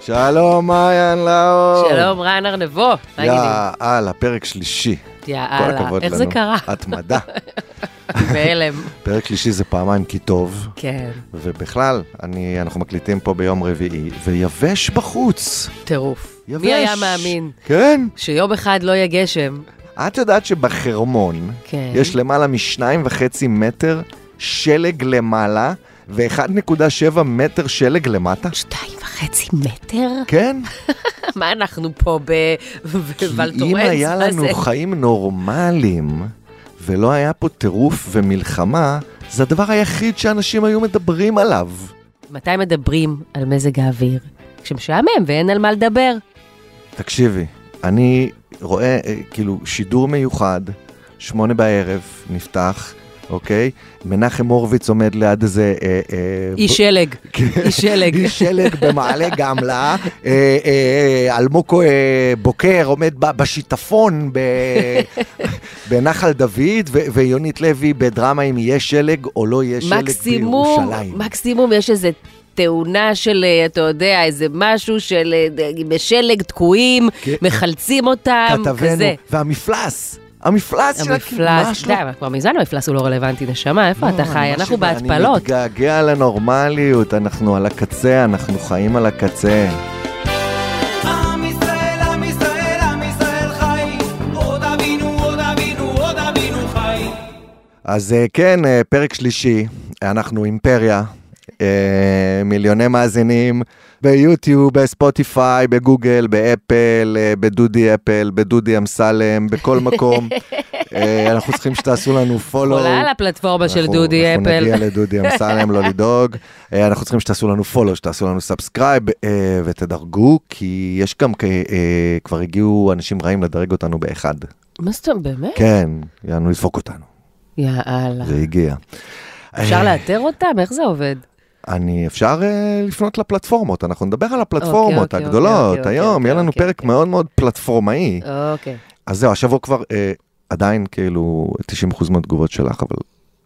שלום, מעיין לאור. שלום, רן ארנבו. מה העניינים? יאללה, פרק שלישי. כל יאללה, הכבוד איך לנו. זה קרה? את מדע. בהלם. פרק שלישי זה פעמיים כי טוב, כן, ובכלל, אני, אנחנו מקליטים פה ביום רביעי, ויבש בחוץ. טירוף. יבש. מי היה מאמין כן. שיום אחד לא יהיה גשם? את יודעת שבחרמון כן. יש למעלה משניים וחצי מטר שלג למעלה, ו-1.7 מטר שלג למטה? שתיים וחצי מטר? כן? מה אנחנו פה בוולטורנס? כי אם היה לנו חיים נורמליים, ולא היה פה טירוף ומלחמה, זה הדבר היחיד שאנשים היו מדברים עליו. מתי מדברים על מזג האוויר? כשמשעמם ואין על מה לדבר. תקשיבי, אני רואה אה, כאילו שידור מיוחד, שמונה בערב, נפתח, אוקיי? מנחם הורוביץ עומד ליד איזה... אה, אה, איש שלג, כן. איש שלג. איש שלג במעלה גמלה, אה, אה, אלמוג אה, בוקר עומד ב- בשיטפון ב- בנחל דוד, ו- ויונית לוי בדרמה אם יהיה שלג או לא יהיה שלג מקסימום, בירושלים. מקסימום יש איזה תאונה של, אה, אתה יודע, איזה משהו של אה, בשלג תקועים, כן. מחלצים אותם, כתבנו, כזה. והמפלס, המפלס של הקדמה המפלס, שלו. די, אבל כבר מזמן המפלס הוא לא רלוונטי, נשמה, איפה לא, אתה חי? מה אנחנו שבא, אני בהתפלות. מתגעגע לנורמליות, אנחנו על הקצה, אנחנו חיים על הקצה. עם ישראל, עם ישראל, עם ישראל חי. עוד אבינו, עוד אבינו, עוד אבינו חי. אז אה, כן, אה, פרק שלישי, אנחנו אימפריה, אה, מיליוני מאזינים ביוטיוב, בספוטיפיי, בגוגל, באפל, אה, בדודי אפל, בדודי אמסלם, בכל מקום. אה, אנחנו צריכים שתעשו לנו פולו. עולה על הפלטפורמה של לא. אנחנו- דודי אנחנו אפל. נגיע לדודי אמסלם, לא לדאוג. אה, אנחנו צריכים שתעשו לנו פולו, שתעשו לנו סאבסקרייב ותדרגו, כי יש גם, כ- אה, כבר הגיעו אנשים רעים לדרג אותנו באחד. מה זאת אומרת, באמת? כן, יענו לדפוק אותנו, יאללה. זה הגיע. אפשר אה, לאתר אותם? איך זה עובד? אני אפשר uh, לפנות לפלטפורמות, אנחנו נדבר על הפלטפורמות אוקיי, אוקיי, הגדולות אוקיי, היום, אוקיי, יהיה לנו אוקיי, פרק אוקיי. מאוד מאוד פלטפורמאי. אוקיי. אז זהו, השבוע כבר uh, עדיין כאילו 90% מהתגובות שלך, אבל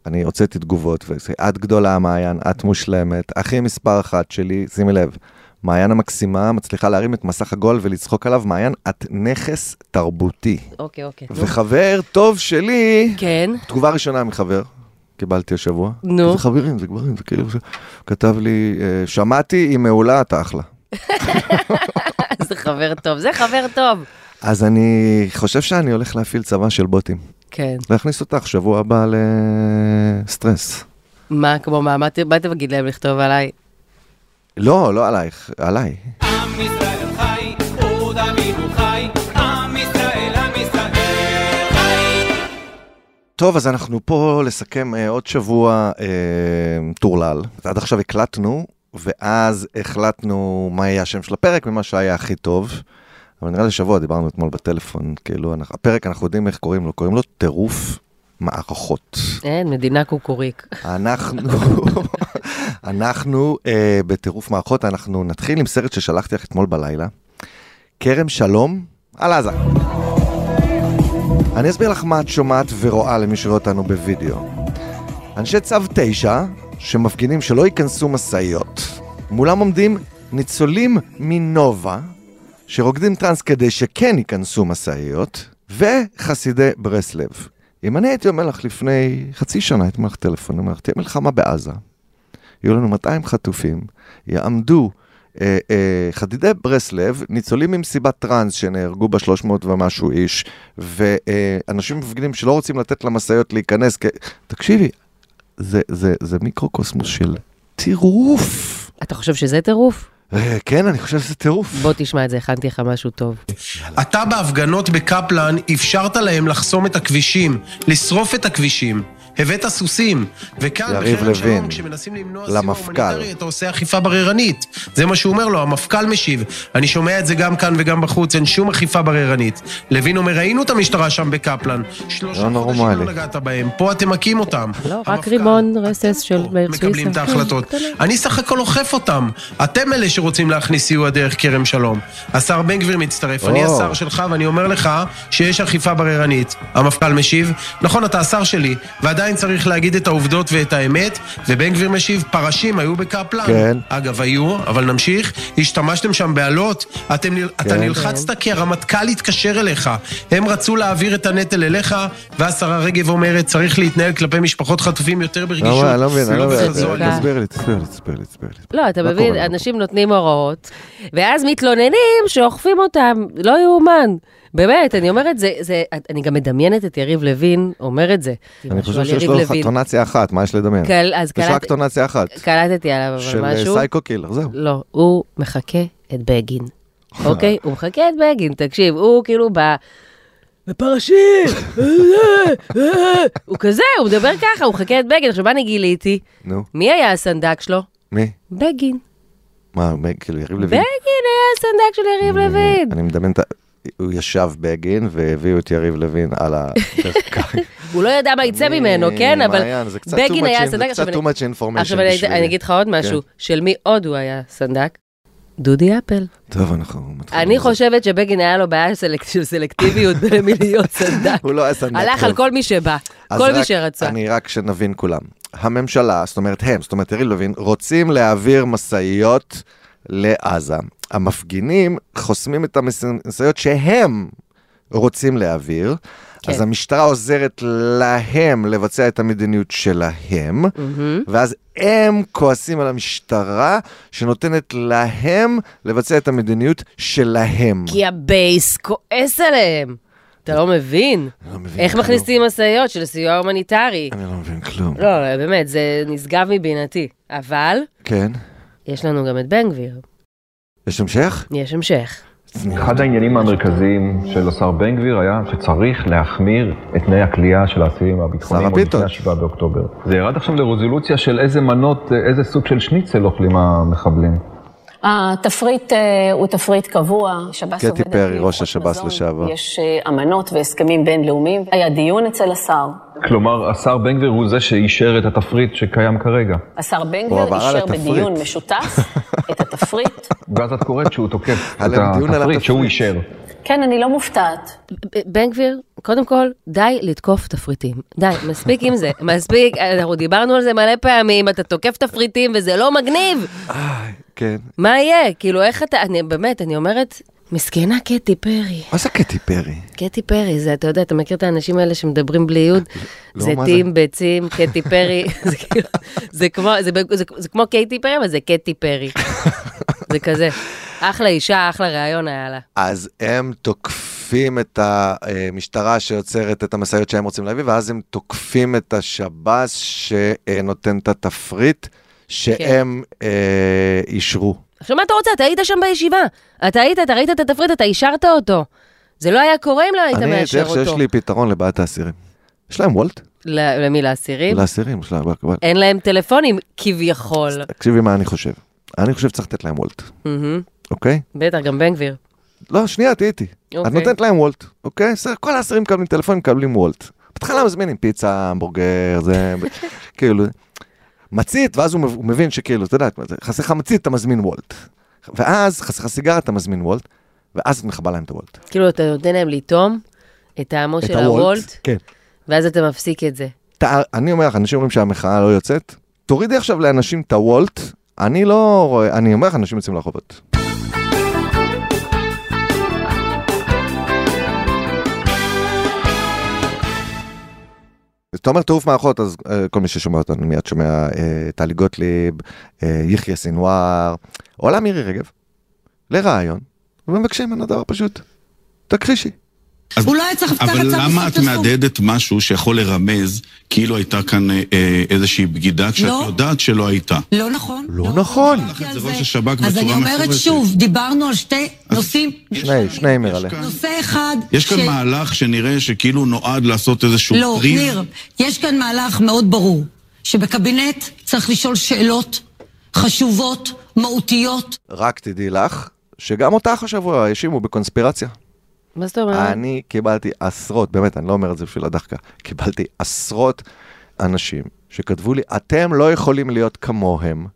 אני הוצאתי תגובות, וזה את גדולה מעיין, את מושלמת, הכי מספר אחת שלי, שימי לב, מעיין המקסימה מצליחה להרים את מסך הגול ולצחוק עליו, מעיין, את נכס תרבותי. אוקיי, אוקיי. נו. וחבר טוב שלי, כן, תגובה ראשונה מחבר, קיבלתי השבוע. נו. זה חברים, זה גברים, זה כאילו... זה- כתב לי, אה, שמעתי, היא מעולה, אתה אחלה. זה חבר טוב, זה חבר טוב. אז אני חושב שאני הולך להפעיל צבא של בוטים. כן. להכניס אותך שבוע הבא לסטרס. מה, כמו מה, מה ת- מה תגיד להם לכתוב עליי? לא, לא עלייך, עליי. עם ישראל חי, עוד אבינו חי. עם ישראל, עם ישראל חי. טוב, אז אנחנו פה לסכם אה, עוד שבוע אה, טורלל. עד עכשיו הקלטנו, ואז החלטנו מה יהיה השם של הפרק ממה שהיה הכי טוב. אבל נראה לי שבוע דיברנו אתמול בטלפון, כאילו, אנחנו, הפרק, אנחנו יודעים איך קוראים לו, קוראים לו טירוף מערכות. אין, מדינה קוקוריק. אנחנו, אנחנו אה, בטירוף מערכות, אנחנו נתחיל עם סרט ששלחתי לך אתמול בלילה. כרם שלום על עזה. אני אסביר לך מה את שומעת ורואה למי שרואה אותנו בווידאו. אנשי צו 9, שמפגינים שלא ייכנסו משאיות, מולם עומדים ניצולים מנובה, שרוקדים טראנס כדי שכן ייכנסו משאיות, וחסידי ברסלב. אם אני הייתי אומר לך לפני חצי שנה, הייתי אומר לך טלפון, אומר לך, תהיה מלחמה בעזה, יהיו לנו 200 חטופים, יעמדו אה, אה, חדידי ברסלב, ניצולים ממסיבת טראנס שנהרגו בה 300 ומשהו איש, ואנשים מפגינים שלא רוצים לתת למשאיות להיכנס, כי... תקשיבי, זה, זה, זה מיקרוקוסמוס של טירוף. אתה חושב שזה טירוף? אה, כן, אני חושב שזה טירוף. בוא תשמע את זה, הכנתי לך משהו טוב. אתה בהפגנות בקפלן אפשרת להם לחסום את הכבישים, לשרוף את הכבישים. הבאת סוסים, וכאן יריב בחרם לוין, שלום, כשמנסים למנוע סיוע למפכ"ל. הומניטרי, אתה עושה אכיפה בררנית. זה מה שהוא אומר לו, המפכ"ל משיב. אני שומע את זה גם כאן וגם בחוץ, אין שום אכיפה בררנית. לוין אומר, ראינו את המשטרה שם בקפלן. שלושה לא חודשים נורמלי. לא נגעת בהם, פה אתם מכים אותם. לא, רק המפכ"ל, רימון רסס של פה מאיר מקבלים את סוויסה. ההחלטות. כן, אני סך הכל אוכף אותם. אתם אלה שרוצים להכניס סיוע דרך כרם שלום. השר בן גביר מצטרף, אני או. השר שלך, ואני אומר לך שיש אכיפה בררנית. המפכ"ל משיב, נכון, אתה השר שלי, ועדיין עדיין צריך להגיד את העובדות ואת האמת, ובן גביר משיב, פרשים היו בקפלן. כן. אגב, היו, אבל נמשיך. השתמשתם שם באלות, אתם, נל- אתה כן. נלחצת כי הרמטכ"ל התקשר אליך. הם רצו להעביר את הנטל אליך, והשרה רגב אומרת, צריך להתנהל כלפי משפחות חטופים יותר ברגישות. לא, אני לא מבין, אני לא מבין. בחזון." אתה- תסביר לי, תסביר לי, תסביר לי, תסביר לי. לא, אתה מה מבין, קורה? אנשים נותנים הוראות, ואז מתלוננים שאוכפים אותם, לא יאומן. באמת, אני אומרת, זה, זה, אני גם מדמיינת את יריב לוין אומר את זה. אני משהו חושב על שיש יריב לו לוין. כן. טונציה אחת, מה יש לדמיין? קל- אז יש רק קלט- טונציה אחת. קלטתי עליו אבל של אה, משהו. סייקו קילר, זהו. לא, הוא מחקה את בגין. אוקיי? הוא מחקה את בגין, תקשיב, הוא כאילו ב... בפרשים! אה, הוא כזה, הוא מדבר ככה, הוא מחקה את בגין. עכשיו, מה אני גיליתי? נו, מי היה הסנדק שלו? מי? בגין. מה, מ- כאילו יריב לוין? בגין היה הסנדק של יריב אה, לוין. אני מדמיין את ה... הוא ישב בגין והביאו את יריב לוין על ה... הוא לא ידע מה יצא ממנו, כן? אבל מעיין, זה קצת too בגין much היה in- הסנדק. זה עכשיו קצת אני- too much information עכשיו אני- בשבילי. כן. אני אגיד לך עוד משהו, של מי עוד הוא היה סנדק? דודי אפל. טוב, אנחנו מתחילים. אני עם כן, זה. חושבת שבגין היה לו בעיה סלק- של סלקטיביות מלהיות סנדק. הוא לא היה סנדק. הלך על כל מי שבא, אז כל מי רק- שרצה. אני רק שנבין כולם. הממשלה, זאת אומרת הם, זאת אומרת יריב לוין, רוצים להעביר משאיות לעזה. המפגינים חוסמים את המשאיות שהם רוצים להעביר, כן. אז המשטרה עוזרת להם לבצע את המדיניות שלהם, Mm-hmm. ואז הם כועסים על המשטרה שנותנת להם לבצע את המדיניות שלהם. כי הבייס כועס עליהם. אתה לא מבין? אני לא מבין איך כלום. מכניסים משאיות של סיוע הומניטרי? אני לא מבין כלום. לא, לא, באמת, זה נשגב מבינתי. אבל כן. יש לנו גם את בן גביר. יש המשך? יש המשך. אחד העניינים המרכזיים של השר בן גביר היה שצריך להחמיר את תנאי הכליאה של האסירים הביטחוניים שר עוד הפיתות. לפני 7 באוקטובר. זה ירד עכשיו לרזולוציה של איזה מנות, איזה סוג של שניצל אוכלים המחבלים. התפריט אה, הוא תפריט קבוע, שב"ס קטי עובד... על פרי, ראש פי לוחות השב"ס מזון. לשעבר. יש אה, אמנות והסכמים בינלאומיים. היה דיון אצל השר. כלומר, השר בן גביר הוא זה שאישר את התפריט שקיים כרגע. השר בן עבר גביר על אישר התפריט. בדיון משותף את התפריט. ואז את קוראת שהוא תוקף על את הדיון על התפריט שהוא התפריט. אישר. כן, אני לא מופתעת. ב- בן גביר, קודם כל, די לתקוף תפריטים. די, מספיק עם זה. מספיק, אנחנו דיברנו על זה מלא פעמים, אתה תוקף תפריטים וזה לא מגניב. כן. מה יהיה? כאילו, איך אתה... אני באמת, אני אומרת, מסכנה קטי פרי. מה זה קטי פרי? קטי פרי, זה, אתה יודע, אתה מכיר את האנשים האלה שמדברים בלי יוד? לא, זה מה זה? טים ביצים, קטי פרי, זה כאילו- זה כמו- זה ב- זה- זה כמו קטי פרי, אבל זה קטי פרי. זה כזה. אחלה אישה, אחלה ראיון היה לה. אז הם תוקפים את המשטרה שיוצרת את המשאיות שהם רוצים להביא, ואז הם תוקפים את השב"ס שנותן את התפריט שהם כן. אה, אישרו. עכשיו, מה אתה רוצה? אתה היית שם בישיבה. אתה היית, אתה ראית את התפריט, אתה אישרת אותו. זה לא היה קורה אם לא היית אני מאשר צריך שיש אותו. לי פתרון לבעיית האסירים. יש להם וולט? ל- למי? לאסירים? לאסירים, יש להם וולט. וולט. אין להם טלפונים, כביכול. תקשיבי מה אני חושב. אני חושב שצריך לתת להם וולט, מהמם. אוקיי? בטח, גם בן גביר. לא, שנייה, תהיי איתי. את אוקיי. נותנת להם וולט, אוקיי? בסדר, כל האסירים מקבלים טלפון, מקבלים וולט. בהתחלה מזמינים פיצה, המבורגר, זה... כאילו... מצית, ואז הוא מב- הוא מבין שכאילו, אתה יודע, חסר לך מצית, אתה מזמין וולט. ואז חסר לך סיגר, אתה מזמין וולט, ואז את מכבה להם את הוולט. כאילו, אתה נותן להם לטעום את טעמו את של הוולט, כן. ואז אתה מפסיק את זה. אתה- אני אומר לך, אנשים אומרים שהמחאה לא יוצאת, תורידי עכשיו לאנשים את הוולט, אני לא רואה, אני אומר לך, אנשים יוצאים לרחובות. אתה אומר טירוף מערכות, אז אה, כל מי ששומע אותנו מיד שומע אה, טלי גוטליב, אה, יחיא סנוואר, עולה מירי רגב, לרעיון, ומבקשים ממנו דבר פשוט, תכחישי. אולי צריך... אבל למה את מהדהדת משהו שיכול לרמז כאילו הייתה כאן אה, אה, איזושהי בגידה כשאת לא. יודעת שלא הייתה? לא נכון. לא נכון. דיברתי על זה זה. ראש השב"כ אז בצורה אני אומרת מפורשת. שוב, דיברנו על שתי נושאים. שני, שני מרלה. יש כאן- נושא אחד... יש כאן ש- מהלך שנראה שכאילו נועד לעשות איזשהו לא, טריז. ניר, יש כאן מהלך מאוד ברור, שבקבינט צריך לשאול שאלות חשובות, מהותיות. רק תדעי לך, שגם אותך השבוע האשימו בקונספירציה. מה זאת אה? אומרת? אני קיבלתי עשרות, באמת, אני לא אומר את זה בשביל הדחקה, קיבלתי עשרות אנשים שכתבו לי, אתם לא יכולים להיות כמוהם,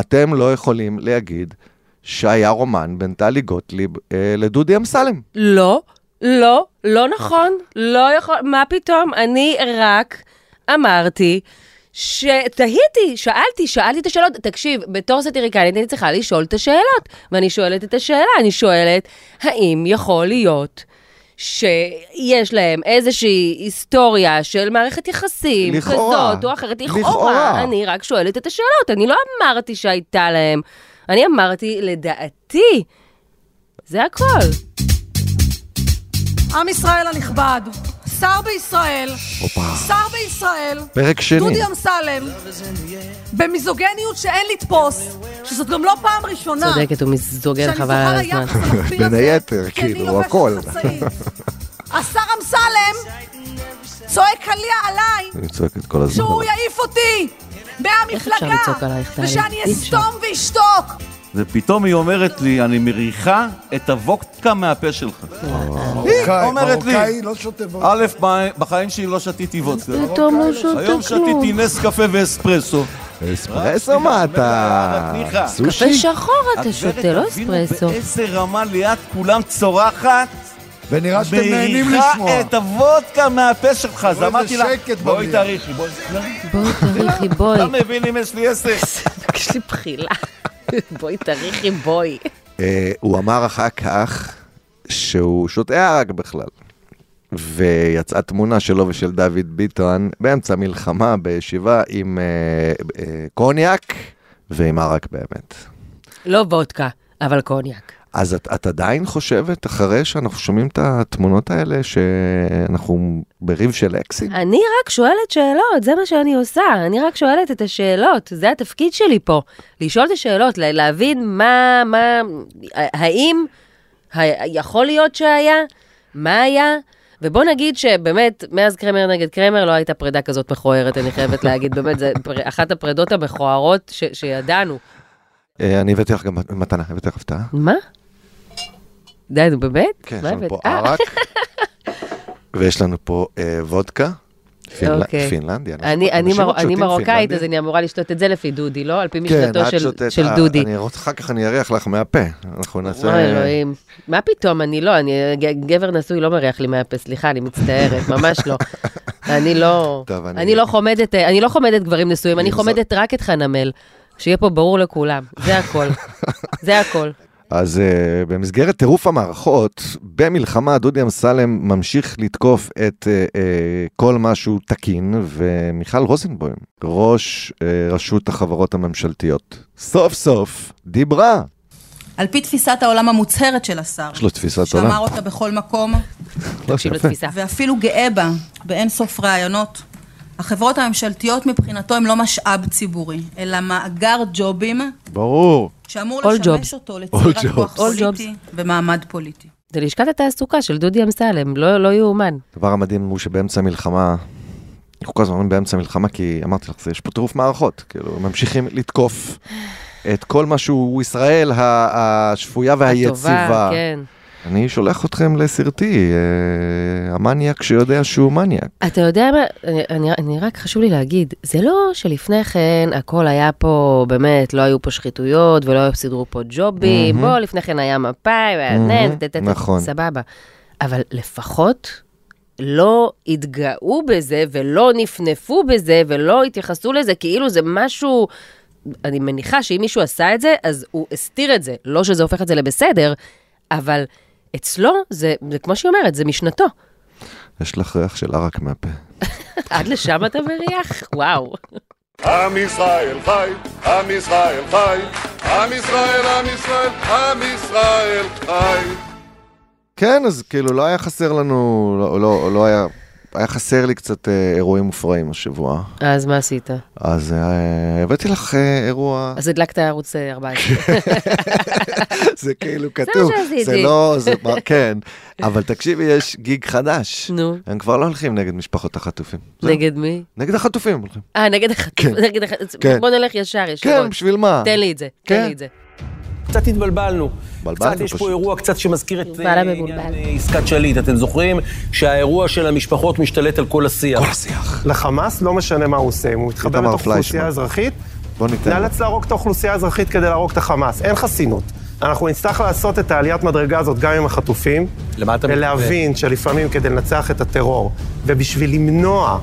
אתם לא יכולים להגיד שהיה רומן בין טלי גוטליב אה, לדודי אמסלם. לא, לא, לא נכון, לא יכול, מה פתאום, אני רק אמרתי שתהיתי, שאלתי, שאלתי את השאלות. תקשיב, בתור סטיריקנית אני צריכה לשאול את השאלות, ואני שואלת את השאלה, אני שואלת, האם יכול להיות... שיש להם איזושהי היסטוריה של מערכת יחסים לכאורה. כזאת או אחרת, לכאורה, לכאורה. אני רק שואלת את השאלות, אני לא אמרתי שהייתה להם, אני אמרתי לדעתי, זה הכל. עם ישראל הנכבד, שר בישראל, שר בישראל, פרק שני. דודי אמסלם, במיזוגניות שאין לתפוס, שזאת גם לא פעם ראשונה. צודקת, הוא מזוגן חבל על הזמן. בין היתר, כאילו, הכל. השר אמסלם צועק עליה עליי אני צועק את כל הזמן. שהוא יעיף אותי אפשר מהמפלגה, לצעוק עלייך, טלי? ושאני אי אפשר. אסתום ואשתוק. ופתאום היא אומרת לי, אני מריחה את הוודקה מהפה שלך. היא לא אומרת לי, א', ב- בחיים שלי לא שתיתי וודקה. פתאום לא שותה היום שתיתי נס קפה ואספרסו. אספרסו מה אה, אתה? ניחא. קפה סושי? שחור אתה שותה, לא הגברת, תבינו אספרסו. באיזה רמה ליד כולם צורחת. ונראה שאתם נהנים מריחה לשמוע. את הוודקה מהפה שלך, אז איזה אמרתי לה, שקט בואי במליאה." תריחי, בואי. בואי תריחי בואי. אתה מבין אם יש לי עסק? יש לי בחילה. בואי תריחי בואי. אה, הוא אמר אחר כך שהוא שותה ערק בכלל. ויצאה תמונה שלו ושל דוד ביטון באמצע מלחמה בישיבה עם אה, אה, קוניאק ועם ערק באמת. לא וודקה, אבל קוניאק. אז את, את עדיין חושבת, אחרי שאנחנו שומעים את התמונות האלה, שאנחנו בריב של אקסים? אני רק שואלת שאלות, זה מה שאני עושה. אני רק שואלת את השאלות, זה התפקיד שלי פה. לשאול את השאלות, לה- להבין מה, מה, האם, ה- יכול להיות שהיה, מה היה. ובוא נגיד שבאמת, מאז קרמר נגד קרמר לא הייתה פרידה כזאת מכוערת, אני חייבת להגיד, באמת, זו פר- אחת הפרידות המכוערות ש- שידענו. אה, אני הבאתי לך גם מתנה, הבאתי לך הפתעה. מה? די, נו, באמת? כן, יש מה לנו הבאת? פה אה, ערק, ויש לנו פה אה, וודקה, פינל- אוקיי. פינלנדיה. אנחנו- אני, אני, אנשים מר... עוד אני שותים מרוקאית, פינלנדיה. אז אני אמורה לשתות את זה לפי דודי, לא? על פי כן, משנתו את של, שותת- של אה, דודי. אני רוצה, אחר כך אני אריח לך מהפה. אנחנו נעשה... אוי, אלוהים. מה פתאום, אני לא, אני, ג- גבר נשוי לא מריח לי מהפה, סליחה, אני מצטערת, ממש לא. אני לא, טוב, אני- אני... לא חומדת, אה, אני לא חומדת גברים נשואים, אני זו- חומדת רק את חנמל. שיהיה פה ברור לכולם, זה הכל. זה הכל. אז uh, במסגרת טירוף המערכות, במלחמה דודי אמסלם ממשיך לתקוף את uh, uh, כל מה שהוא תקין, ומיכל רוזנבוים, ראש uh, רשות החברות הממשלתיות, סוף סוף דיברה. על פי תפיסת העולם המוצהרת של השר, יש לו תפיסת שאמר עולם. אותה בכל מקום, תקשיב יפה. לתפיסה. ואפילו גאה בה באין סוף ראיונות. החברות הממשלתיות מבחינתו הן לא משאב ציבורי, אלא מאגר ג'ובים ברור. שאמור All לשמש jobs. אותו לצבירת All כוח jobs. All פוליטי ומעמד פוליטי. זה לשכת התעסוקה של דודי אמסלם, לא לא יאומן. הדבר המדהים הוא שבאמצע המלחמה, אנחנו כל הזמן אומרים באמצע המלחמה, כי אמרתי לך, זה- יש פה טירוף מערכות, כאילו, ממשיכים לתקוף את כל מה שהוא ישראל ה- השפויה והיציבה. טובה, כן. אני שולח אתכם לסרטי, אה, המניאק שיודע שהוא מניאק. אתה יודע מה, אני, אני, אני רק חשוב לי להגיד, זה לא שלפני כן הכל היה פה, באמת, לא היו פה שחיתויות ולא היו- סידרו פה ג'ובים, מהמם. בוא, לפני כן היה מפאי, והיה מהמם, נט, טט, טט, נכון. סבבה. אבל לפחות לא התגאו בזה ולא נפנפו בזה ולא התייחסו לזה, כאילו זה משהו... אני מניחה שאם מישהו עשה את זה, אז הוא הסתיר את זה. לא שזה הופך את זה לבסדר, אבל אצלו, זה, זה כמו שהיא אומרת, זה משנתו. יש לך ריח של ערק מהפה. עד לשם אתה מריח? וואו. עם ישראל חי, עם ישראל חי, עם ישראל, עם ישראל, עם ישראל חי. כן, אז כאילו לא היה חסר לנו, לא, לא, לא היה, היה חסר לי קצת אה, אירועים מופרעים השבוע. אז מה עשית? אז אה, הבאתי לך אה, אירוע, אז הדלקת ערוץ אה, 14. זה כאילו כתוב, שעשיתי. זה לא, זה מה, כן. אבל תקשיבי, יש גיג חדש. נו, הם כבר לא הולכים נגד משפחות החטופים. זהו. נגד מי? נגד החטופים הולכים. אה, נגד החטוף. כן. נגד החטוף. כן. בוא נלך ישר, כן, ישירות. בשביל מה? תן לי את זה, כן. תן לי את זה. קצת התבלבלנו. התבלבלנו קצת יש פשוט. פה אירוע קצת שמזכיר את בעלה אה, מבולבל. עניין, אה, עסקת שליט. אתם זוכרים שהאירוע של המשפחות משתלט על כל השיח. כל השיח. לחמאס לא משנה מה הוא עושה, אם הוא מתחבר איתמר לתוך פליישמן. אוכלוסייה אזרחית, בוא ניתן. נאלץ להרוג את האוכלוסייה האזרחית כדי להרוג את החמאס. אין חסינות. אנחנו נצטרך לעשות את העליית מדרגה הזאת גם עם החטופים, למה אתה מתכוון? ולהבין שלפעמים כדי לנצח את הטרור, ובשביל למנוע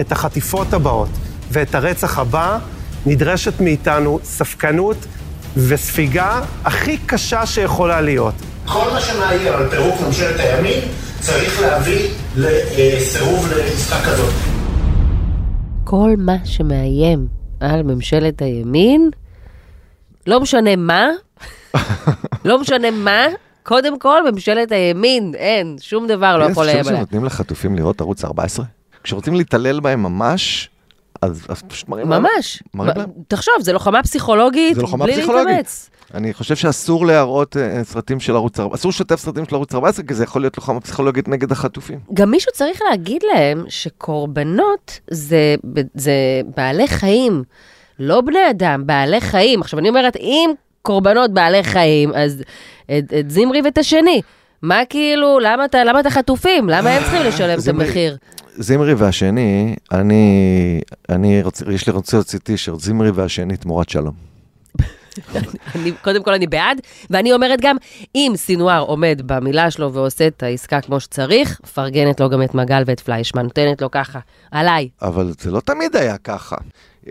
את החטיפות הבאות ואת הרצח הבא, נדרשת מאיתנו ספקנות וספיגה הכי קשה שיכולה להיות. כל מה שמאיים על פירוק ממשלת הימין צריך להביא לסירוב לעסקה כזאת. כל מה שמאיים על ממשלת הימין, לא משנה מה, לא משנה מה, קודם כל ממשלת הימין, אין, שום דבר לא יכול לאיים חושב עליה. שנותנים לחטופים לראות ערוץ 14? כשרוצים להתעלל בהם ממש, אז אז פשוט מראים להם. ממש. מראים ב- להם. תחשוב, זה לוחמה פסיכולוגית, זה לוחמה בלי להתאמץ. פסיכולוגית. אני חושב שאסור להראות אה, סרטים של ערוץ 14, אסור לשתף סרטים של ערוץ 14, כי זה יכול להיות לוחמה פסיכולוגית נגד החטופים. גם מישהו צריך להגיד להם שקורבנות זה, זה בעלי חיים, לא בני אדם, בעלי חיים. עכשיו, אני אומרת, אם קורבנות בעלי חיים, אז את, את זמרי ואת השני. מה כאילו, למה אתה, למה אתה חטופים? למה הם צריכים לשלם את זמרי. המחיר? זמרי והשני, אני, אני רוצ, יש לי רוצה להוציא טישרט, זמרי והשני תמורת שלום. אני, קודם כל אני בעד, ואני אומרת גם, אם סינואר עומד במילה שלו ועושה את העסקה כמו שצריך, מפרגנת לו גם את מגל ואת פליישמן, נותנת לו ככה, עליי. אבל זה לא תמיד היה ככה.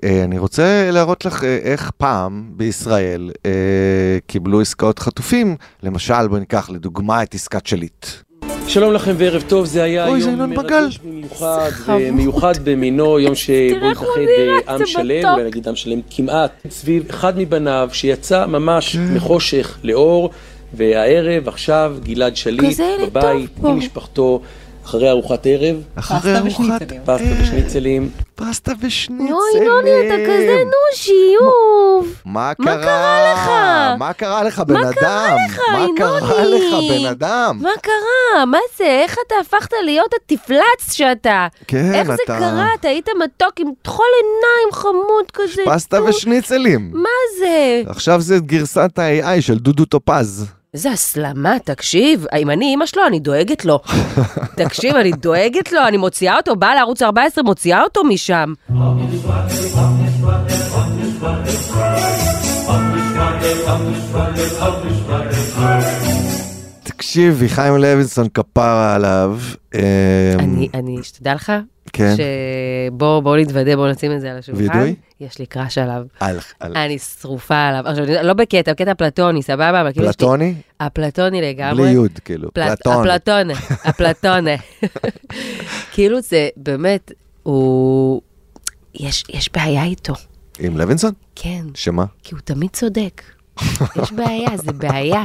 אה, אני רוצה להראות לך אה, איך פעם בישראל אה, קיבלו עסקאות חטופים, למשל, בוא ניקח לדוגמה את עסקת שליט. שלום לכם וערב טוב, זה היה אוי, זה יום ינון מגל. מיוחד חמוד. ומיוחד במינו, יום שבו איך הוא התאחד נראה, אה, עם זה שלם, מתוק. אולי נגיד עם שלם כמעט, סביב אחד מבניו שיצא ממש מחושך לאור, והערב, עכשיו, גלעד שליט כזה ילד בבית, טוב פה. עם משפחתו, אחרי ארוחת ערב. אחרי ארוחת אה, פסטה ושניצלים. פסטה ושניצלים. אוי, לא נוני, אתה כזה נושי, אוף. מה קרה? מה קרה לך? מה קרה לך, בן אדם? מה קרה נוני? לך, בן אדם? מה קרה? מה זה? איך אתה הפכת להיות הטפלץ שאתה? כן, איך זה אתה- קרה? אתה היית מתוק עם טחול עיניים חמוד כזה. פסטה טוב. ושניצלים. מה זה? עכשיו זה גרסת ה-AI של דודו טופז. איזה הסלמה, תקשיב, אם אני אימא שלו, אני דואגת לו. תקשיב, אני דואגת לו, אני מוציאה אותו, באה לערוץ 14, מוציאה אותו משם. אמ. תקשיבי, חיים לוינסון כפרה עליו. אמ, אני, אני, שתדע לך, כן. שבוא, בוא נתוודה, בוא נשים את זה על השולחן. וידוי? יש לי קראש עליו. על- על- אני שרופה עליו. עכשיו, אני- לא בקטע, בקטע פלטוני, סבבה? אבל כאילו יש לי- פלטוני? הפלטוני לגמרי. בלי יוד, כאילו, פלט- פלטון. הפלטונה, הפלטונה. כאילו זה באמת, הוא... יש, יש בעיה איתו, עם לוינסון? כן. שמה? כי הוא תמיד צודק. יש בעיה, זה בעיה.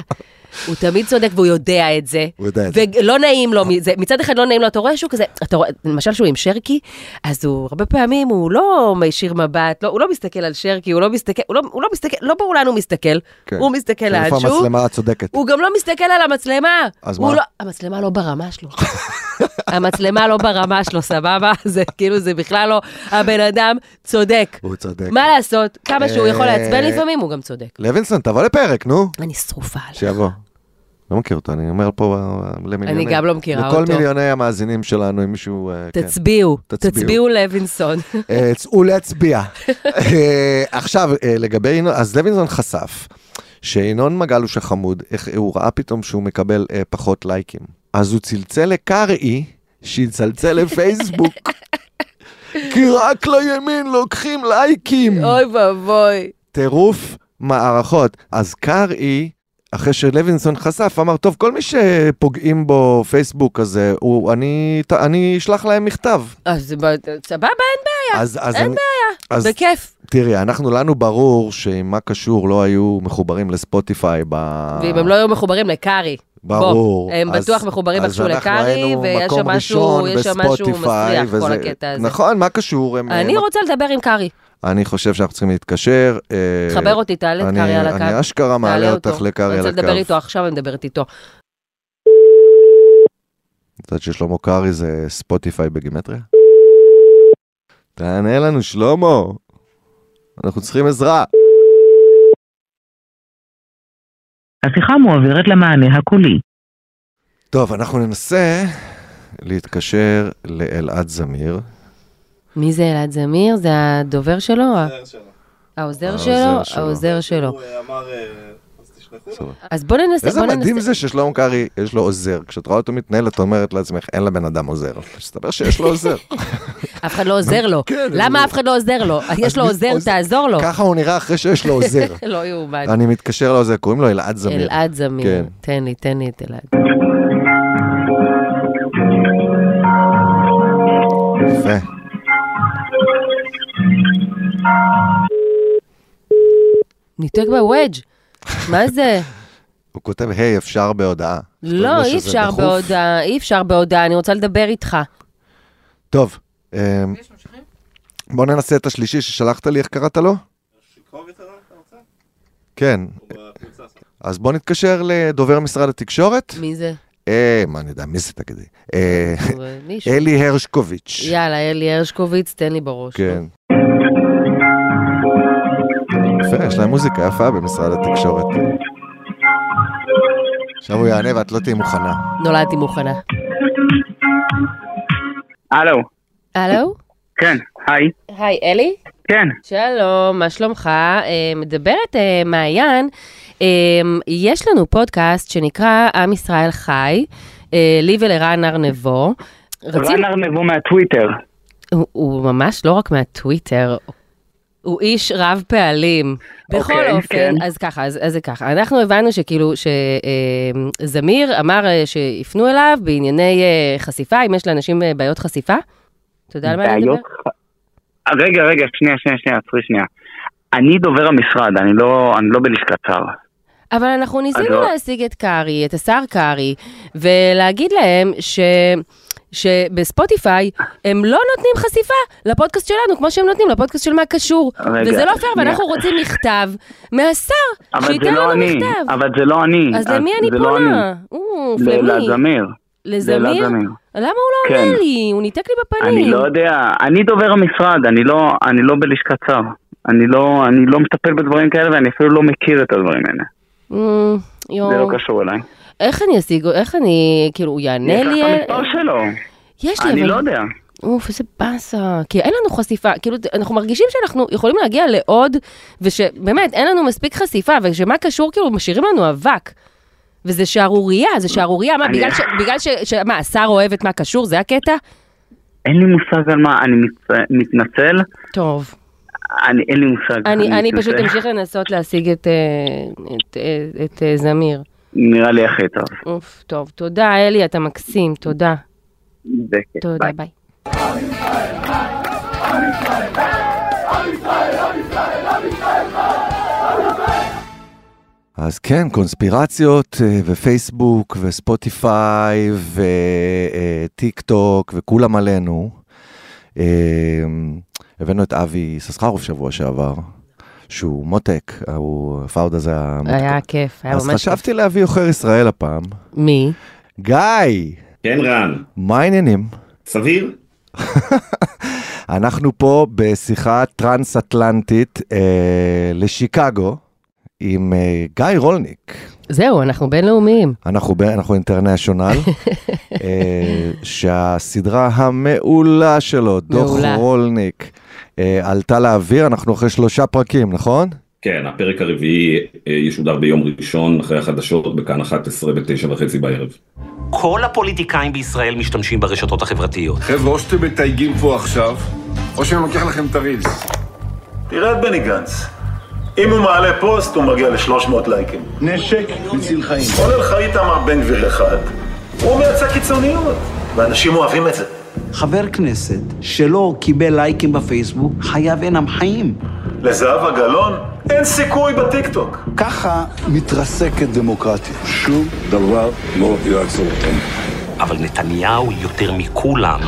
הוא תמיד צודק והוא יודע את זה. הוא יודע את זה. ולא נעים לו מזה, מצד אחד לא נעים לו, אתה רואה שהוא כזה, אתה רואה, למשל שהוא עם שרקי, אז הוא הרבה פעמים, הוא לא מישיר מבט, לא, הוא לא מסתכל על שרקי, הוא לא מסתכל, הוא לא, הוא לא מסתכל, לא ברור לאן הוא מסתכל, כן. הוא מסתכל לאן איפה שהוא, המצלמה הצודקת? הוא גם לא מסתכל על המצלמה. אז הוא מה? לא, המצלמה לא ברמה שלו. המצלמה לא ברמה שלו, סבבה? זה כאילו, זה בכלל לא, הבן אדם צודק. הוא צודק. מה לעשות, כמה שהוא יכול לעצבן אה, לפעמים, הוא גם צודק. לוינסון, תבוא לפרק, נו. אני שרופה עליו. שיבוא. לא מכיר אותו, אני אומר פה אה, למיליוני... אני גם לא מכירה אותו. לכל מיליוני המאזינים שלנו, אם מישהו... אה, כן. תצביעו, תצביעו לוינסון. אה, צאו להצביע. אה, עכשיו, אה, לגבי ינון, אז לוינסון חשף שינון מגל הוא שחמוד, איך- הוא ראה פתאום שהוא מקבל אה, פחות לייקים. אז הוא צלצל לקרעי, שיצלצל לפייסבוק. כי רק לימין לוקחים לייקים. אוי ואבוי. טירוף מערכות. אז קרעי, אחרי שלוינסון חשף, אמר, טוב, כל מי שפוגעים בו פייסבוק הזה, הוא, אני, אני אשלח להם מכתב. אז זה ב- סבבה, אין בעיה. אז- אז אין אני- בעיה, אז- בכיף. תראי, אנחנו, לנו ברור שעם מה קשור לא היו מחוברים לספוטיפיי ב... ואם הם לא היו מחוברים לקארי. בוא, ברור. הם אה. אז- בטוח מחוברים אז איכשהו אנחנו לקארי, היינו ויש מקום שם משהו, ראשון יש שם משהו בספוטיפיי, מסריח, כל וזה- הקטע הזה. נכון, מה קשור? הם- אני הם- רוצה לדבר עם קארי. אני חושב שאנחנו צריכים להתקשר. אה, חבר אותי, תעלה את אני- קארי על הקו. אני אשכרה תעלה מעלה אותו. אותך לקארי על אני הקו. רוצה לדבר איתו עכשיו, אני מדברת איתו. מצד ששלמה קרעי זה ספוטיפיי בגימטריה? תענה לנו, שלמה. אנחנו צריכים עזרה. השיחה מועברת למענה הקולי. טוב, אנחנו ננסה להתקשר לאלעד זמיר. מי זה אלעד זמיר? זה הדובר שלו? העוזר שלו. העוזר שלו? שלו. העוזר שלו. אז בוא ננסה, איזה בוא מדהים ננסה. זה ששלמה קרעי יש לו עוזר. כשאת רואה אותו מתנהל, את אומרת לעצמך, אין לבן אדם עוזר. מסתבר שיש לו עוזר. אף אחד לא עוזר לו. כן, למה אף אחד לא עוזר לו? יש לו עוזר, תעזור לו. ככה הוא נראה אחרי שיש לו עוזר. לא יאומן. אני מתקשר לעוזר, קוראים לו אלעד זמיר. אלעד זמיר. כן. תן לי, תן לי את אלעד. יפה. ניתק בוודג'. מה זה? הוא כותב, היי, אפשר בהודעה. לא, שזה אי אפשר דחוף. בהודעה, אי אפשר בהודעה, אני רוצה לדבר איתך. טוב, אה, בוא ננסה את השלישי ששלחת לי, איך קראת לו? כן. אז בוא נתקשר לדובר משרד התקשורת. מי זה? אה, מה אני יודע, מי זה תגידי? אה, אה, מישהו. אלי הרשקוביץ'. יאללה, אלי הרשקוביץ, תן לי בראש. כן. יפה, יש להם מוזיקה יפה במשרד התקשורת. עכשיו הוא יענה ואת לא תהיי מוכנה. נולדתי מוכנה. הלו, הלו? כן, היי. היי, אלי? כן. שלום, מה שלומך? אה, מדברת אה, מעיין. אה, יש לנו פודקאסט שנקרא עם ישראל חי, אה, לי ולרן ארנבו. רצינו- רן ארנבו מהטוויטר. הוא- הוא ממש לא רק מהטוויטר, הוא איש רב פעלים. בכל אוקיי, אופן, כן. אז ככה, אז, אז זה ככה. אנחנו הבנו שכאילו, שזמיר אמר אה, שיפנו אליו בענייני אה, חשיפה, אם יש לאנשים אה, בעיות חשיפה. אתה יודע על מה אני מדבר? בעיות ח- רגע, רגע, שנייה, שנייה, שנייה, עצרי שנייה. אני דובר המשרד, אני לא, אני לא בלשכת שר. אבל אנחנו ניסינו לא- להשיג את קרעי, את השר קרעי, ולהגיד להם ש... שבספוטיפיי הם לא נותנים חשיפה לפודקאסט שלנו, כמו שהם נותנים לפודקאסט של מה קשור. רגע, וזה לא שנייה. פייר, ואנחנו רוצים מכתב מהשר, אבל זה שייתן לא לנו אני, מכתב. אבל זה לא אני. אז למי אני זה לא פונה? אני. אוף, ל- למי? לזמיר. לזמיר? לזמיר. למה כן. הוא לא עונה לי? הוא ניתק לי בפנים. לא אני לא יודע, אני דובר המשרד, אני לא, אני לא בלשכת שר. אני לא, אני לא מטפל בדברים כאלה ואני אפילו לא מכיר את הדברים האלה. אה, יואו. זה לא קשור אליי. איך אני אשיג, איך אני, כאילו, הוא יענה יש לך לי? את המספר שלו. יש לי, אני אבל- לא יודע. אוף, איזה באסה, כי אין לנו חשיפה, כאילו, אנחנו מרגישים שאנחנו יכולים להגיע לעוד, ושבאמת, אין לנו מספיק חשיפה, ושמה קשור, כאילו, משאירים לנו אבק. וזה שערורייה, זה שערורייה, מה, אני- בגלל ש... בגלל ש... ש... מה, השר אוהב את מה קשור, זה הקטע? אין לי מושג על מה, אני מצ- מתנצל. טוב. אני, אין לי מושג. אני, אני מתנצל. פשוט אמשיך לנסות להשיג את, אה, את, אה, את אה, זמיר. נראה לי הכי טוב. אוף, טוב. תודה, אלי, אתה מקסים, תודה. כן, בכיף, תודה, ביי. אז כן, קונספירציות, אה, ופייסבוק, וספוטיפיי, וטיק טוק, וכולם עלינו. אה, הבאנו את אבי ססחרוף שבוע שעבר, שהוא מותק, הוא הפאוד הזה המותק. אה, היה כיף, היה אז ממש כיף. חשבתי להביא עוכר ישראל הפעם. מי? גיא! כן, רן. מה העניינים? סביר. אנחנו פה בשיחה טרנס-אטלנטית אה, לשיקגו עם אה, גיא רולניק. זהו, אנחנו בינלאומיים. אנחנו, ב- אנחנו אינטרנשיונל, אה, שהסדרה המעולה שלו, דוח מעולה. רולניק, אה, עלתה לאוויר, אנחנו אחרי שלושה פרקים, נכון? כן, הפרק הרביעי אה, ישודר ביום ראשון אחרי החדשות בכאן 11 בתשע וחצי בערב. כל הפוליטיקאים בישראל משתמשים ברשתות החברתיות. חבר'ה, או שאתם מתייגים פה עכשיו, או שאני לוקח לכם את הרילס. תראה את בני גנץ. אם הוא מעלה פוסט, הוא מגיע ל-300 לייקים. נשק מציל חיים. עולה לך איתמר בן גביר אחד. הוא מייצג קיצוניות. ואנשים אוהבים את זה. חבר כנסת שלא קיבל לייקים בפייסבוק, חייו אינם חיים. לזהבה גלאון אין סיכוי בטיקטוק. ככה מתרסקת דמוקרטיה. שום דבר לא יעצור אותנו. אבל נתניהו, יותר מכולם,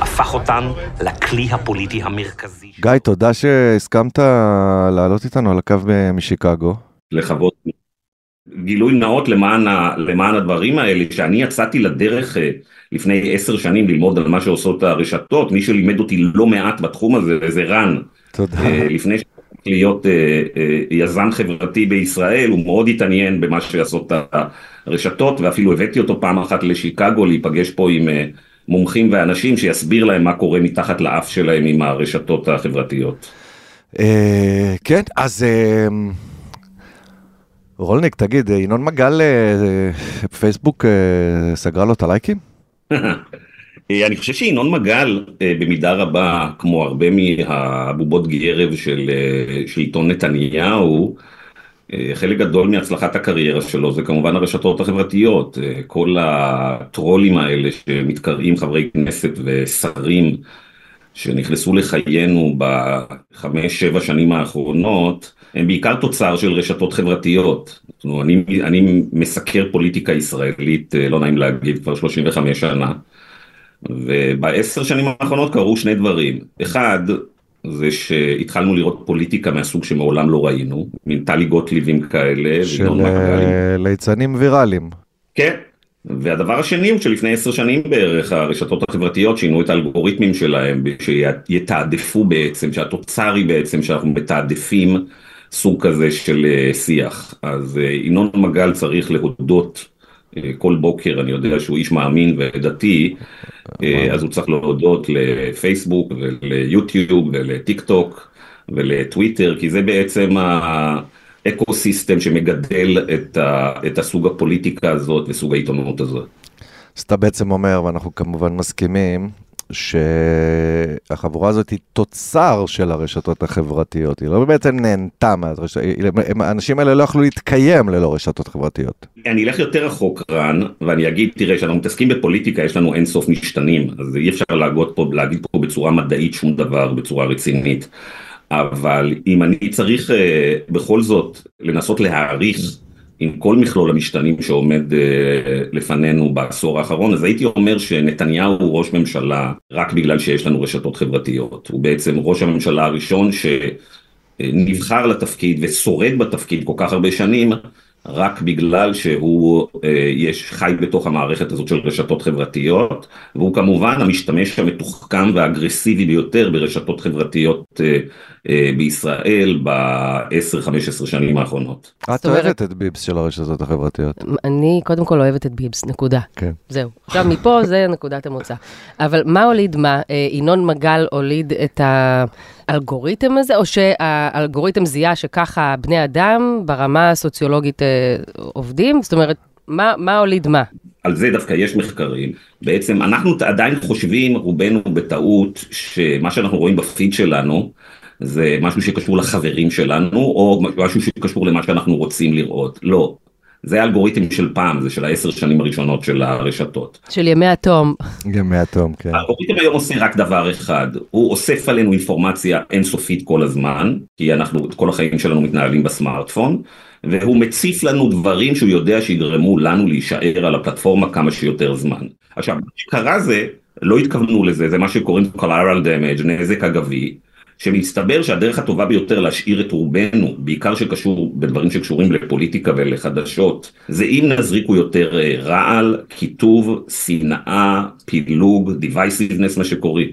הפך אותן לכלי הפוליטי המרכזי. גיא, תודה שהסכמת לעלות איתנו על הקו ב- משיקגו. לחוות גילוי נאות למען, ה, אה, למען הדברים האלה, שאני יצאתי לדרך אה, לפני עשר שנים ללמוד על מה שעושות הרשתות, מי שלימד אותי לא מעט בתחום הזה זה רן. תודה. אה, לפני שהפך להיות אה, אה, יזם חברתי בישראל, הוא מאוד התעניין במה שעשות הרשתות, ואפילו הבאתי אותו פעם אחת לשיקגו להיפגש פה עם אה, מומחים ואנשים שיסביר להם מה קורה מתחת לאף שלהם עם הרשתות החברתיות. אה, כן, אז אה, רולניק, תגיד, ינון מגל, אה, פייסבוק אה, סגרה לו את הלייקים? אה, אני חושב שינון מגל, אה, במידה רבה, כמו הרבה מהבובות גרב של אה, שלטון נתניהו, אה, חלק גדול מהצלחת הקריירה שלו זה כמובן הרשתות החברתיות. אה, כל הטרולים האלה שמתקראים חברי כנסת ושרים שנכנסו לחיינו בחמש, שבע שנים האחרונות, הם בעיקר תוצר של רשתות חברתיות. אנחנו, אני, אני מסקר פוליטיקה ישראלית, אה, לא נעים להגיד, כבר 35 שנה. ובעשר שנים האחרונות קרו שני דברים. אחד, זה שהתחלנו לראות פוליטיקה מהסוג שמעולם לא ראינו, מין טלי גוטליבים כאלה. של וינון מגלי. אה, ליצנים ויראליים. כן. והדבר השני הוא שלפני עשר שנים בערך הרשתות החברתיות שינו את האלגוריתמים שלהם שיתעדפו בעצם, שהתוצר היא בעצם שאנחנו מתעדפים סוג כזה של אה, שיח. אז אה, ינון מגל צריך להודות אה, כל בוקר, אני יודע שהוא איש מאמין ודתי, אה, אז הוא צריך להודות לפייסבוק וליוטיוב ולטיק טוק ולטוויטר, כי זה בעצם ה... אקו-סיסטם שמגדל את, ה, את הסוג הפוליטיקה הזאת וסוג העיתונות הזאת. אז אתה בעצם אומר, ואנחנו כמובן מסכימים, שהחבורה הזאת היא תוצר של הרשתות החברתיות, היא לא בעצם נהנתה מהרשתות, האנשים האלה לא יכלו להתקיים ללא רשתות חברתיות. אני אלך יותר רחוק רן, ואני אגיד, תראה, כשאנחנו מתעסקים בפוליטיקה יש לנו אינסוף משתנים, אז אי אפשר להגות פה, להגיד פה בצורה מדעית שום דבר, בצורה רצינית. אבל אם אני צריך אה, בכל זאת לנסות להעריך עם כל מכלול המשתנים שעומד אה, לפנינו בעשור האחרון, אז הייתי אומר שנתניהו הוא ראש ממשלה רק בגלל שיש לנו רשתות חברתיות. הוא בעצם ראש הממשלה הראשון ש... נבחר לתפקיד ושורד בתפקיד כל כך הרבה שנים, רק בגלל שהוא אה, יש, חי בתוך המערכת הזאת של רשתות חברתיות, והוא כמובן המשתמש המתוחכם והאגרסיבי ביותר ברשתות חברתיות אה, אה, בישראל ב-10-15 שנים האחרונות. את אוהבת את ביבס של הרשתות החברתיות. אני קודם כל אוהבת את ביבס, נקודה. כן. זהו. עכשיו, מפה זה נקודת המוצא. אבל מה הוליד מה? אה, ינון מגל הוליד את האלגוריתם הזה, או שהאלגוריתם זיהה שככה בני אדם ברמה הסוציולוגית אה, עובדים? זאת אומרת, מה, מה הוליד מה? על זה דווקא יש מחקרים. בעצם אנחנו עדיין חושבים, רובנו בטעות, שמה שאנחנו רואים בפיד שלנו, זה משהו שקשור לחברים שלנו, או משהו שקשור למה שאנחנו רוצים לראות. לא. זה האלגוריתם של פעם, זה של העשר שנים הראשונות של הרשתות. של ימי התום. ימי התום, כן. האלגוריתם היום עושה רק דבר אחד, הוא אוסף עלינו אינפורמציה אינסופית כל הזמן, כי אנחנו את כל החיים שלנו מתנהלים בסמארטפון, והוא מציף לנו דברים שהוא יודע שיגרמו לנו להישאר על הפלטפורמה כמה שיותר זמן. עכשיו, מה שקרה זה, לא התכוונו לזה, זה מה שקוראים collateral damage, נזק אגבי. שמסתבר שהדרך הטובה ביותר להשאיר את רובנו, בעיקר שקשור בדברים שקשורים לפוליטיקה ולחדשות, זה אם נזריקו יותר אה, רעל, קיטוב, שנאה, פילוג, divisiveness מה שקוראים.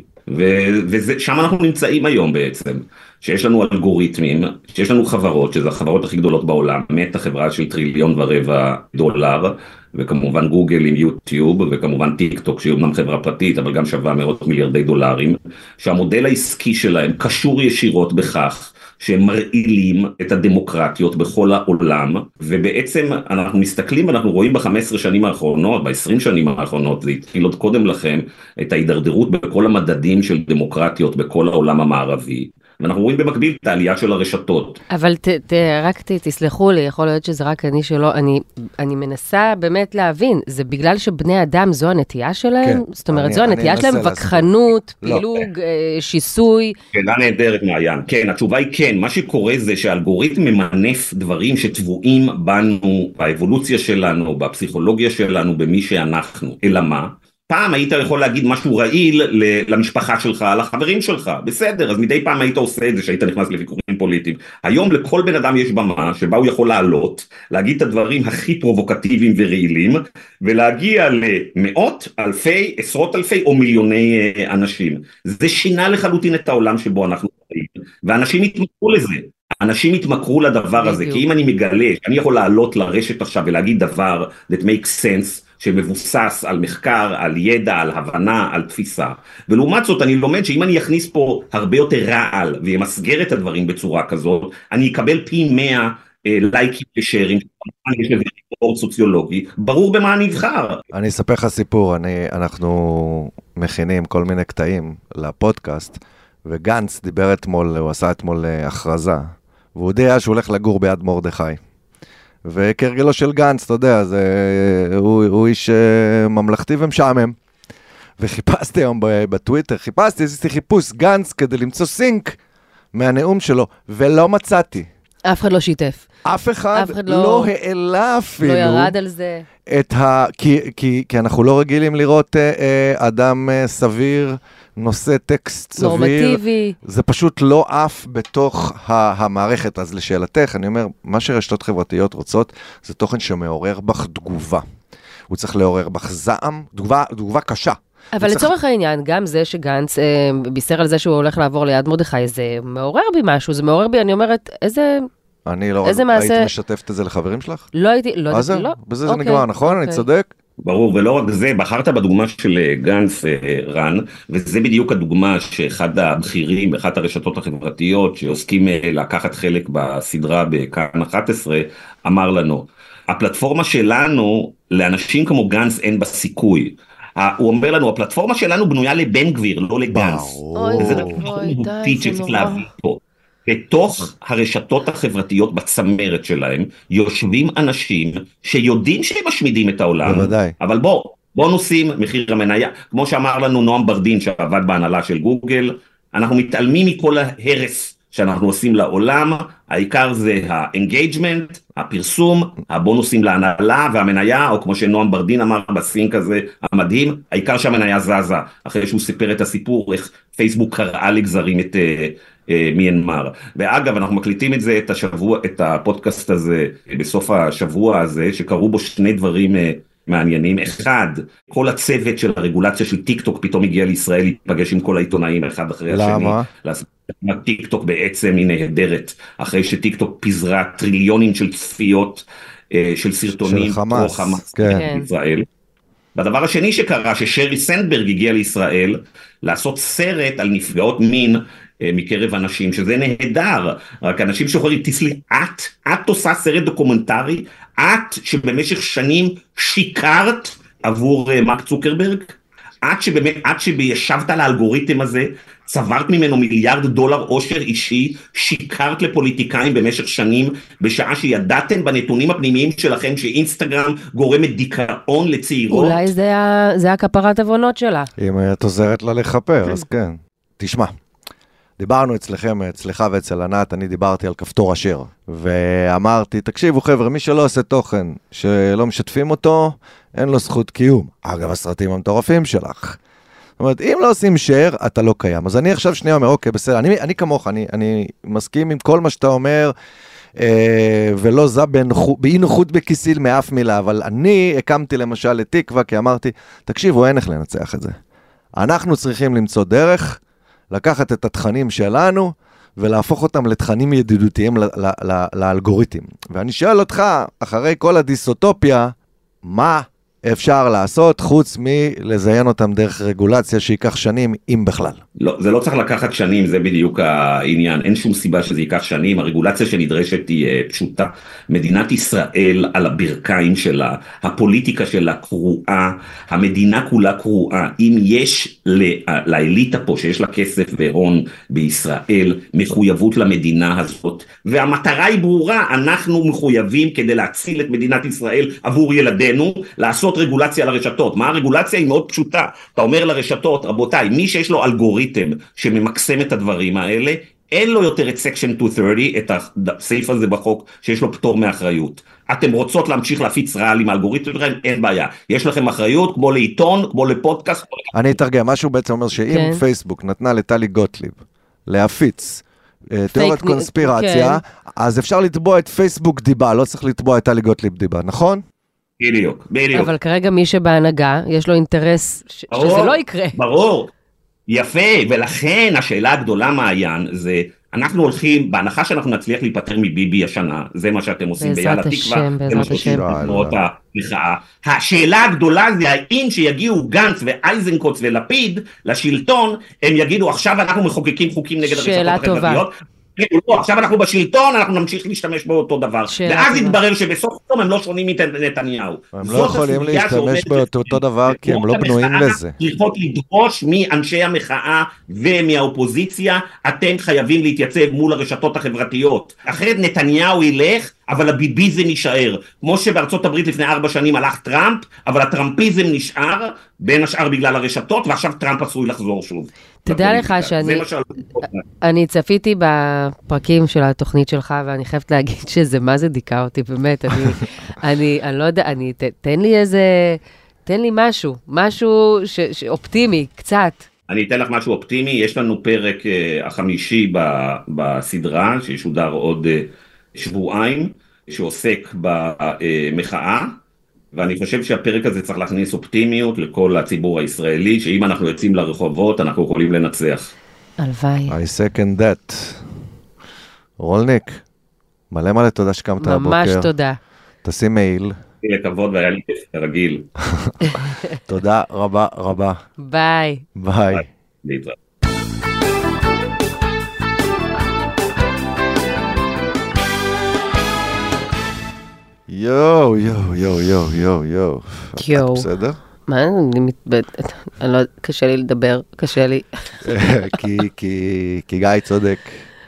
ושם אנחנו נמצאים היום בעצם, שיש לנו אלגוריתמים, שיש לנו חברות, שזה החברות הכי גדולות בעולם, מטה חברה של טריליון ורבע דולר, וכמובן גוגל עם יוטיוב, וכמובן טיק טוק שהיא אומנם חברה פרטית, אבל גם שווה מאות מיליארדי דולרים, שהמודל העסקי שלהם קשור ישירות בכך שהם מרעילים את הדמוקרטיות בכל העולם, ובעצם אנחנו מסתכלים ואנחנו רואים ב-15 שנים האחרונות, ב-20 שנים האחרונות, זה התחיל עוד קודם לכן, את ההידרדרות בכל המדדים של דמוקרטיות בכל העולם המערבי. ואנחנו רואים במקביל את העלייה של הרשתות. אבל ת, ת, רק ת, תסלחו לי, יכול להיות שזה רק אני שלא, אני, אני מנסה באמת להבין, זה בגלל שבני אדם זו הנטייה שלהם? כן. זאת אומרת, אני- זו אני הנטייה אנסה שלהם, להסביר. וכחנות, לא. פילוג, אה, שיסוי. שאלה נהדרת מעיין, כן, התשובה היא כן, מה שקורה זה שהאלגוריתם ממנף דברים שטבועים בנו, באבולוציה שלנו, בפסיכולוגיה שלנו, במי שאנחנו, אלא מה? פעם היית יכול להגיד משהו רעיל ל- למשפחה שלך, לחברים שלך, בסדר, אז מדי פעם היית עושה את זה שהיית נכנס לוויכוחים פוליטיים. היום לכל בן אדם יש במה שבה הוא יכול לעלות, להגיד את הדברים הכי פרובוקטיביים ורעילים, ולהגיע למאות, אלפי, עשרות אלפי או מיליוני אה, אנשים. זה שינה לחלוטין את העולם שבו אנחנו חיים, ואנשים התמכרו לזה. אנשים התמכרו לדבר הזה, כי אם אני מגלה שאני יכול לעלות לרשת עכשיו ולהגיד דבר that makes sense, שמבוסס על מחקר, על ידע, על הבנה, על תפיסה. ולעומת זאת אני לומד שאם אני אכניס פה הרבה יותר רעל וימסגר את הדברים בצורה כזאת, אני אקבל פי 100 אה, לייקים ושארים, כמובן יש לזה ריפורט סוציולוגי, ברור במה נבחר. אני אספר לך סיפור, אני, אנחנו מכינים כל מיני קטעים לפודקאסט, וגנץ דיבר אתמול, הוא עשה אתמול אה, הכרזה, והוא הודיע שהוא הולך לגור ביד מרדכי. וכהרגלו של גנץ, אתה יודע, זה, הוא, הוא איש אה, ממלכתי ומשעמם. וחיפשתי היום ב- בטוויטר, חיפשתי, עשיתי חיפוש גנץ כדי למצוא סינק מהנאום שלו, ולא מצאתי. אף אחד לא שיתף. אף אחד אף אחד לא, לא- לא העלה אפילו. לא ירד על זה. את ה... כי, כי, כי אנחנו לא רגילים לראות אה, אה, אדם אה, סביר נושא טקסט סביר. נורמטיבי. זה פשוט לא עף בתוך ה- המערכת. אז לשאלתך, אני אומר, מה שרשתות חברתיות רוצות זה תוכן שמעורר בך תגובה. הוא צריך לעורר בך זעם, תגובה, תגובה קשה. אבל לצורך העניין, גם זה שגנץ אה, בישר על זה שהוא הולך לעבור ליד מרדכי, זה מעורר בי משהו, זה מעורר בי, אני אומרת, איזה... אני לא... איזה מעשה- היית משתפת את זה לחברים שלך? לא הייתי, לא אז יודעת, זהו, לא. בזה זה אוקיי, נגמר, נכון? אני אוקיי. צודק? ברור, ולא רק זה, בחרת בדוגמה של אה, גנץ אה, רן, וזה בדיוק הדוגמה שאחד הבכירים באחת הרשתות החברתיות שעוסקים אה, לקחת חלק בסדרה בכאן 11, אמר לנו, הפלטפורמה שלנו, לאנשים כמו גנץ אין בה סיכוי. ה- הוא אומר לנו, הפלטפורמה שלנו בנויה לבן גביר, לא לגנץ. אוי, וזה אוי, דבר מאוד די, מהותי זה שצריך נורא. להבין פה. בתוך הרשתות החברתיות בצמרת שלהם יושבים אנשים שיודעים שהם משמידים את העולם. בוודאי. אבל בוא, בונוסים, מחיר המניה, כמו שאמר לנו נועם ברדין שעבד בהנהלה של גוגל, אנחנו מתעלמים מכל ההרס שאנחנו עושים לעולם, העיקר זה האנגייג'מנט, הפרסום, הבונוסים להנהלה והמניה, או כמו שנועם ברדין אמר בסינק הזה המדהים, העיקר שהמניה זזה, אחרי שהוא סיפר את הסיפור איך פייסבוק קראה לגזרים את אה, אה, מיינמר. ואגב, אנחנו מקליטים את זה, את השבוע, את הפודקאסט הזה, בסוף השבוע הזה, שקרו בו שני דברים אה, מעניינים. אחד, כל הצוות של הרגולציה של טיק טוק פתאום הגיע לישראל להיפגש עם כל העיתונאים אחד אחרי למה? השני. להסביר למה טיק טוק בעצם היא נהדרת, אחרי שטיק טוק פיזרה טריליונים של צפיות אה, של סרטונים לא- של חמאס, פרו חמאס כן. נגד ישראל. והדבר השני שקרה, ששרי סנדברג הגיע לישראל לעשות סרט על נפגעות מין אה, מקרב הנשים, שזה נהדר, רק אנשים שאומרים, תסלי, את, את עושה סרט דוקומנטרי, את שבמשך שנים שיקרת עבור אה, מרק צוקרברג, את שבאמת, את שישבת על האלגוריתם הזה, צברת ממנו מיליארד דולר עושר אישי, שיקרת לפוליטיקאים במשך שנים, בשעה שידעתם בנתונים הפנימיים שלכם שאינסטגרם גורמת דיכאון לצעירות. אולי זה ה- זה הכפרת עוונות שלה. אם את עוזרת לה לכפר, אז כן. תשמע, דיברנו אצלכם, אצלך ואצל ענת, אני דיברתי על כפתור אשר. ואמרתי, תקשיבו חבר'ה, מי שלא עושה תוכן, שלא משתפים אותו, אין לו זכות קיום. אגב, הסרטים המטורפים שלך. זאת אומרת, אם לא עושים share, אתה לא קיים. אז אני עכשיו שנייה אומר, אוקיי, בסדר, אני, אני כמוך, אני, אני מסכים עם כל מה שאתה אומר, אה, ולא זע בנוכו- באי נוחות בכיסי מאף מילה, אבל אני הקמתי למשל את תקווה, כי אמרתי, תקשיבו, אין איך לנצח את זה. אנחנו צריכים למצוא דרך לקחת את התכנים שלנו ולהפוך אותם לתכנים ידידותיים ל- ל- ל- לאלגוריתם. ואני שואל אותך, אחרי כל הדיסוטופיה, מה אפשר לעשות חוץ מלזיין אותם דרך רגולציה שייקח שנים, אם בכלל? לא, זה לא צריך לקחת שנים, זה בדיוק העניין. אין שום סיבה שזה ייקח שנים, הרגולציה שנדרשת היא אה, פשוטה. מדינת ישראל על הברכיים שלה, הפוליטיקה שלה קרועה, המדינה כולה קרועה. אם יש ל- אה, לאליטה פה, שיש לה כסף והון בישראל, מחויבות למדינה הזאת, והמטרה היא ברורה, אנחנו מחויבים כדי להציל את מדינת ישראל עבור ילדינו, לעשות רגולציה לרשתות. מה הרגולציה? היא מאוד פשוטה. אתה אומר לרשתות, רבותיי, מי שיש לו אלגוריתם שממקסם את הדברים האלה, אין לו יותר את סקשן 230, את הסעיף הזה בחוק שיש לו פטור מאחריות. אתם רוצות להמשיך להפיץ רעל עם האלגוריתם שלכם, אין בעיה. יש לכם אחריות כמו לעיתון, כמו לפודקאסט, כמו אני אתרגם, מה שהוא בעצם אומר שאם כן. פייסבוק נתנה לטלי גוטליב להפיץ אה, תיאוריית ניוז, קונספירציה, אז אפשר לתבוע את פייסבוק דיבה, לא צריך לתבוע את טלי גוטליב דיבה, נכון? בדיוק, בדיוק. אבל כרגע מי שבהנהגה, יש לו אינטרס ש- שזה ברור, לא יקרה. ברור, יפה, ולכן השאלה הגדולה, מעיין, זה אנחנו הולכים, בהנחה שאנחנו נצליח להיפטר מביבי השנה, זה מה שאתם עושים בעזרת ביאללה השם, תקווה, זה מה בעזרת שעושים השם. בתנועות המחאה. השאלה הגדולה זה האם שיגיעו גנץ ואיזנקוט ולפיד לשלטון, הם יגידו עכשיו אנחנו מחוקקים חוקים נגד שאלה הרשתות טובה. החברתיות. תגידו, לא, עכשיו אנחנו בשלטון, אנחנו נמשיך להשתמש באותו דבר. שאלה ואז טובה. יתברר שבסוף היום הם לא שונים מנתניהו. הם לא יכולים להשתמש באותו דבר כי הם לא בנויים לזה. צריכות לדרוש מאנשי המחאה ומהאופוזיציה, אתם חייבים להתייצב מול הרשתות החברתיות. אחרת נתניהו ילך, אבל הביביזם יישאר. כמו שבארצות הברית לפני ארבע שנים הלך טראמפ, אבל הטראמפיזם נשאר, בין השאר בגלל הרשתות, ועכשיו טראמפ עשוי לחזור שוב. תדע לך שאני- זה מה שעלול לקרות. אני צפיתי בפרקים של התוכנית שלך, ואני חייבת להגיד שזה, מה זה דיכא אותי, באמת, אני, אני, אני לא יודע, אני, ת, תן לי איזה, תן לי משהו, משהו ש, ש, אופטימי, קצת. אני אתן לך משהו אופטימי, יש לנו פרק אה, החמישי ב- בסדרה, שישודר עוד אה, שבועיים, שעוסק במחאה, ואני חושב שהפרק הזה צריך להכניס אופטימיות לכל הציבור הישראלי, שאם אנחנו יוצאים לרחובות, אנחנו יכולים לנצח. הלוואי. I second that. רולניק, מלא מלא תודה שקמת ממש הבוקר. תודה. תשים מעיל. לי לכבוד והיה לי כיף, כרגיל. תודה רבה רבה. ביי. ביי. להתראות. יואו, יואו, יואו, יואו, יואו, יואו. יואו. את בסדר? מה, אני מתבד... אני לא... קשה לי לדבר, קשה לי. כי, כי, כי גיא צודק.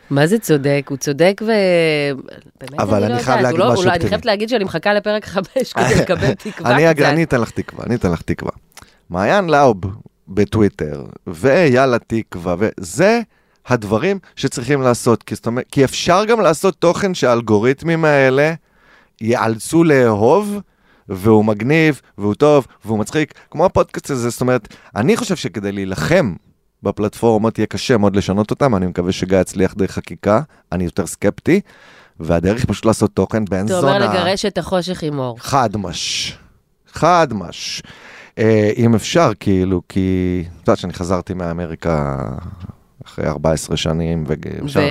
מה זה צודק? הוא צודק ו... באמת, אבל לא אני יודעת, חייב הוא להגיד לא- הוא משהו לא- אני אופטימי. חייבת להגיד שאני מחכה לפרק חמש כדי לקבל תקווה אני, אג- קצת. אני אתן לך תקווה, אני אתן לך תקווה. מעיין לאוב בטוויטר, ויאללה תקווה, וזה הדברים שצריכים לעשות, כי, זאת אומרת, כי אפשר גם לעשות תוכן שהאלגוריתמים האלה ייאלצו לאהוב, והוא מגניב, והוא טוב, והוא מצחיק, כמו הפודקאסט הזה, זאת אומרת, אני חושב שכדי להילחם בפלטפורמות יהיה קשה מאוד לשנות אותם, אני מקווה שגיא יצליח דרך חקיקה, אני יותר סקפטי, והדרך היא פשוט לעשות תוכן בן אתה זונה. אומר לגרש את החושך עם אור. חד מש. חד מש. אה, אם אפשר, כאילו, כי... את יודעת שאני חזרתי מאמריקה אחרי 14 שנים, ו... ו...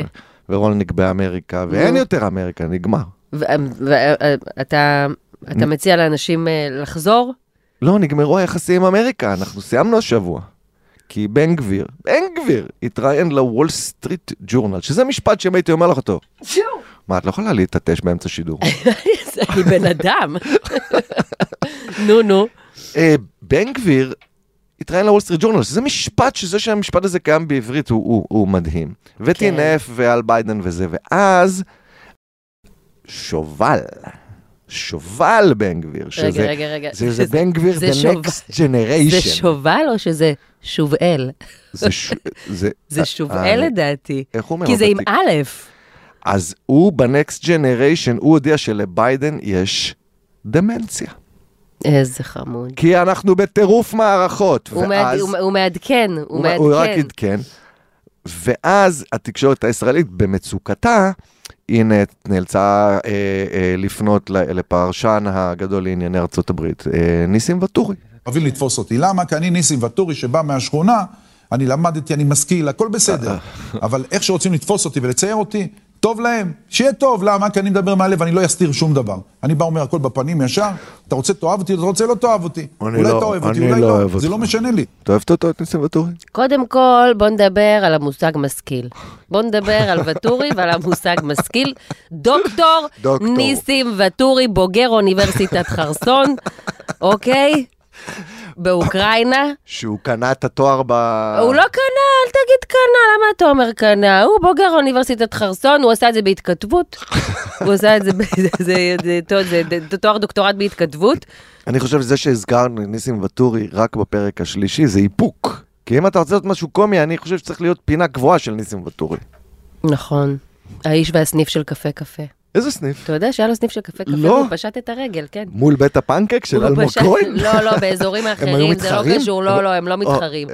ורולניק באמריקה, ואין נו. יותר אמריקה, נגמר. אה, ואתה אתה נ- מציע לאנשים אה, לחזור? לא, נגמרו היחסים עם אמריקה, אנחנו סיימנו השבוע. כי בן גביר, בן גביר, התראיין לוול סטריט ג'ורנל, שזה משפט שאם הייתי אומר לך אותו. מה, את לא יכולה להתעטש באמצע שידור. אני בן אדם. נו, נו. אה, בן גביר התראיין לוול סטריט ג'ורנל, שזה משפט, שזה שהמשפט הזה קיים בעברית הוא- הוא הוא מדהים. כן. וטינף ועל ביידן וזה, ואז שובל. שובל בן גביר, שזה רגע, רגע, רגע. זה- זה בן גביר זה the שובל. next generation. זה שובל או שזה שובאל? זה ש- זה- זה אה, שובאל לדעתי. איך הוא אומר? כי זה עם בתיק? א'. אז הוא בנקסט ג'נריישן, הוא הודיע שלביידן יש דמנציה. אה, איזה חמוד. כי אנחנו בטירוף מערכות. הוא מעד- ואז- הוא- הוא מעדכן, הוא הוא רק מעדכן. עדכן. ואז התקשורת הישראלית במצוקתה, היא נ- נאלצה אה, אה, לפנות ל- לפרשן הגדול לענייני ארצות הברית, אה, ניסים ואטורי. אוהבים לתפוס אותי. למה? כי אני ניסים ואטורי שבא מהשכונה, אני למדתי, אני משכיל, הכל בסדר. אבל איך שרוצים לתפוס אותי ולצייר אותי, טוב להם. שיהיה טוב, למה? כי אני מדבר מהלב, אני לא אסתיר שום דבר. אני בא אומר הכל בפנים ישר, אתה רוצה תאהב אותי, אתה רוצה לא תאהב אותי. אולי לא- אתה אוהב אותי, אני אולי לא לא. אוהב זה אותך. לא משנה לי. אתה אוהבת אותו, את ניסים ואטורי? קודם כל, בוא נדבר על המושג משכיל. בוא נדבר על ואטורי ועל המושג משכיל. דוקטור, דוקטור. ניסים ואטורי, בוגר אוניברסיטת חרסון, אוקיי? באוקראינה. שהוא קנה את התואר ב... הוא לא קנה, אל תגיד קנה, למה אתה אומר קנה? הוא בוגר אוניברסיטת חרסון, הוא עשה את זה בהתכתבות. הוא עשה את זה, ב- זה- זה- זה- זה- זה- זה תואר דוקטורט בהתכתבות. אני חושב שזה שהזכרנו את ניסים ואטורי רק בפרק השלישי, זה איפוק. כי אם אתה רוצה לעשות משהו קומי, אני חושב שצריך להיות פינה קבועה של ניסים ואטורי. נכון. האיש והסניף של קפה קפה. איזה סניף? אתה יודע שהיה לו סניף של קפה קפה, לא. והוא פשט את הרגל, כן. מול בית הפנקק של הוא לא אלמוג פשט- כהן? לא, לא, באזורים אחרים, זה לא מתחרים? קשור, לא, לא, הם לא או- מתחרים.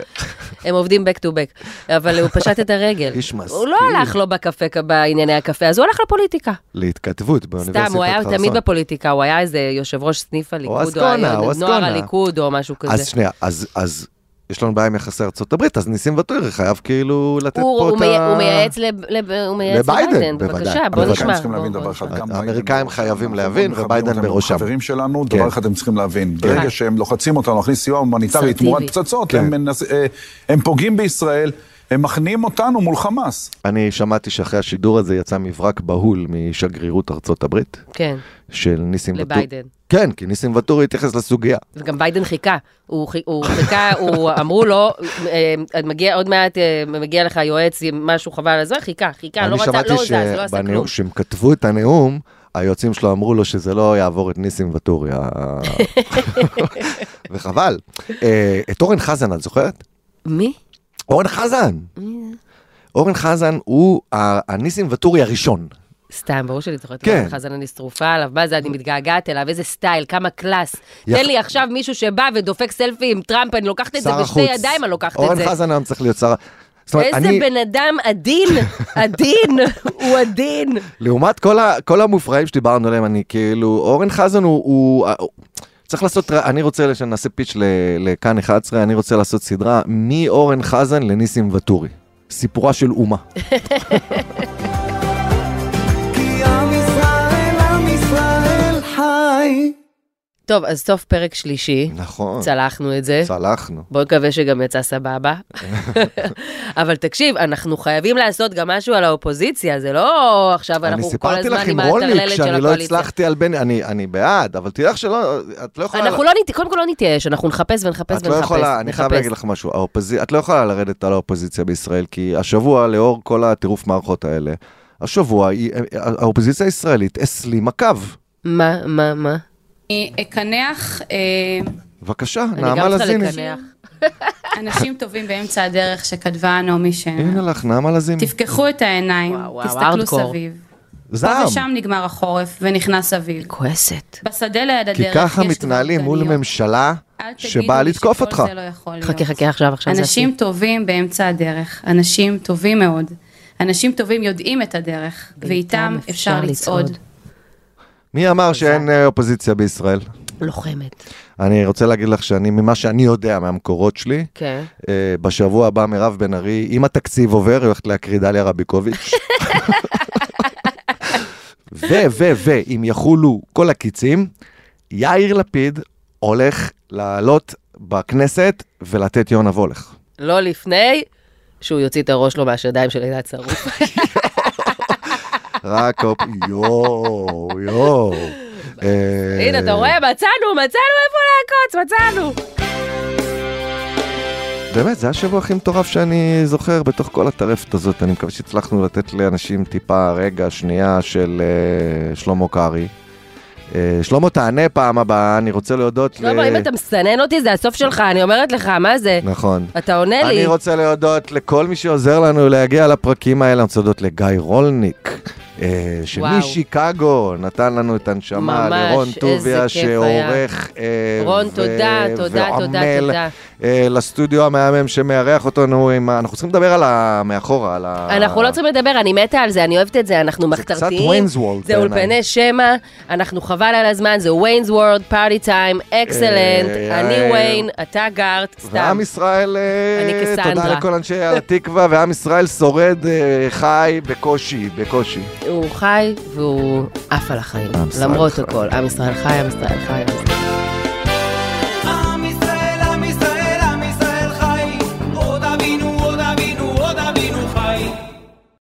הם עובדים back to back, אבל הוא פשט את הרגל. איש משכיל. הוא לא הלך לו בקפה, בענייני הקפה, אז הוא הלך לפוליטיקה. להתכתבות באוניברסיטת סתם, חרסון. הוא היה תמיד בפוליטיקה, הוא היה איזה יושב ראש סניף הליכוד, אסקונה, או היה או נוער אסקונה. הליכוד, או משהו כזה. אז שנייה, אז, אז יש לנו בעיה עם יחסי ארצות הברית, אז ניסים ואטורי חייב כאילו לתת הוא פה הוא את מי- ה... הוא מייעץ לב- לב- הוא מייעץ לביידן, בבקשה, בוא אבל נשמע. בוא- בוא- האמריקאים חייבים להבין, וביידן בראשם. חברים שלנו, כן. דבר אחד הם צריכים להבין, כן. ברגע שהם לוחצים אותנו להכניס סיוע הומניטרי אסרטיבי. תמורת פצצות, כן. הם מנס- אה, הם פוגעים בישראל, הם מכניעים אותנו מול חמאס. אני שמעתי שאחרי השידור הזה יצא מברק בהול משגרירות ארצות הברית, כן. של ניסים ואטורי. לביידן. כן, כי ניסים ואטורי התייחס לסוגיה. וגם ביידן חיכה, הוא, חי- הוא חיכה, הוא אמרו לו, אה, אה, מגיע עוד מעט, אה, מגיע לך יועץ עם משהו חבל על הזמן, חיכה, חיכה, לא אני רצה, שמעתי לא זז, לא עשה כלום. שבנאום, שהם כתבו את הנאום, היועצים שלו אמרו לו שזה לא יעבור את ניסים ואטורי, ה- וחבל. אה, את אורן חזן, את זוכרת? מי? אורן חזן. אורן חזן הוא ה- הניסים ואטורי הראשון. סתם, ברור שאני זוכרת, כן. כן. חזן אני שרופה עליו, מה זה, אני מתגעגעת אליו, איזה סטייל, כמה קלאס. יח- תן לי עכשיו מישהו שבא ודופק סלפי עם טראמפ, אני לוקחת את זה שר בשתי החוץ. ידיים, אני לוקחת את אורן זה. חזן היום צריך להיות שר... זאת אומרת, איזה אני- בן אדם עדין, עדין, הוא עדין. לעומת כל, ה, כל המופרעים שדיברנו עליהם, אני כאילו, אורן חזן הוא, הוא, הוא צריך לעשות, אני רוצה שנעשה פיץ' ל- לכאן 11, אני רוצה לעשות סדרה מאורן חזן לניסים ואטורי. סיפורה של אומה. טוב, אז סוף פרק שלישי. נכון. צלחנו את זה. צלחנו. בוא נקווה שגם יצא סבבה. אבל תקשיב, אנחנו חייבים לעשות גם משהו על האופוזיציה, זה לא עכשיו אני אנחנו כל סיפרתי הזמן לך עם עם הטרללת רולניק של שאני לא הקואליציה. הצלחתי על בני, אני, אני בעד, אבל תדע לך שלא, את לא יכולה... אנחנו לא נת... קודם כל לא נתייאש, אנחנו נחפש ונחפש את לא ונחפש. יכולה, אני חייב נחפש. להגיד לך משהו, האופוז... את לא יכולה לרדת על האופוזיציה בישראל, כי השבוע, לאור כל הטירוף מערכות האלה, השבוע היא- האופוזיציה הישראלית הסלימה קו. מה, מה, מה? אני אקנח אה, בבקשה, נעמה לזיני. אנשים טובים באמצע הדרך שכתבה נעמי שמר. הנה לך, נעמה לזיני. תפקחו את העיניים, וואו, תסתכלו הארדקור. סביב. פה זעם. ושם נגמר החורף ונכנס אביב. כועסת. בשדה ליד כי הדרך ככה יש מתנהלים מול ממשלה אל תגידו שבאה לי לתקוף שכל אותך. זה לא יכול להיות. חכה, חכה, עכשיו, עכשיו זה אנשים טובים באמצע הדרך, אנשים טובים מאוד. אנשים טובים יודעים את הדרך, ואיתם אפשר לצעוד. מי לא אמר שאין אה, אופוזיציה בישראל? לוחמת. אני רוצה להגיד לך שאני, ממה שאני יודע מהמקורות שלי, כן. אה, בשבוע הבא מירב בן ארי, אם התקציב עובר, היא הולכת להקריא דליה רביקוביץ'. ו, ו, ו, אם יחולו כל הקיצים, יאיר לפיד הולך לעלות בכנסת ולתת יונה וולך. לא לפני שהוא יוציא את הראש לו מהשדיים של עינת שרוף. רק אופ... יואו, יואו. אה, הנה, אתה רואה? מצאנו, מצאנו איפה לעקוץ, מצאנו. באמת, זה השבוע הכי מטורף שאני זוכר בתוך כל הטרפת הזאת. אני מקווה שהצלחנו לתת לאנשים טיפה רגע, שנייה של אה, שלמה קרעי. אה, שלמה, תענה פעם הבאה, אני רוצה להודות... שלמה, לא, אם אתה מסנן אותי, זה הסוף שלך, אני אומרת לך, מה זה? נכון. אתה עונה לי. אני רוצה להודות לכל מי שעוזר לנו להגיע לפרקים האלה, אני רוצה להודות לגיא רולניק. אה, שמשיקגו נתן לנו את הנשמה, ממש, לרון איזה טוביה כיף שעורך אה, רון, ו- תודה, תודה, תודה, ועמל, תודה. אה, לסטודיו המהמם שמארח אותנו, עם ה- אנחנו צריכים לדבר על ה... מאחורה, על ה... אנחנו לא צריכים לדבר, אני מתה על זה, אני אוהבת את זה, אנחנו מחתרתיים. Wayne's World כן, זה בעיניי. אולפני שמע, אנחנו חבל על הזמן, זה וויינס וורד, פארטי טיים, אקסלנט, אה, אני יאיר. וויין, אתה גארט, סתם. ועם ישראל, אה, אני תודה קסנדרה. לכל אנשי על התקווה, ועם ישראל שורד, אה, חי בקושי, בקושי. הוא חי והוא עף על החיים, עם ישראל למרות חי. הכל. עם ישראל חי, עם ישראל חי. עם ישראל חי.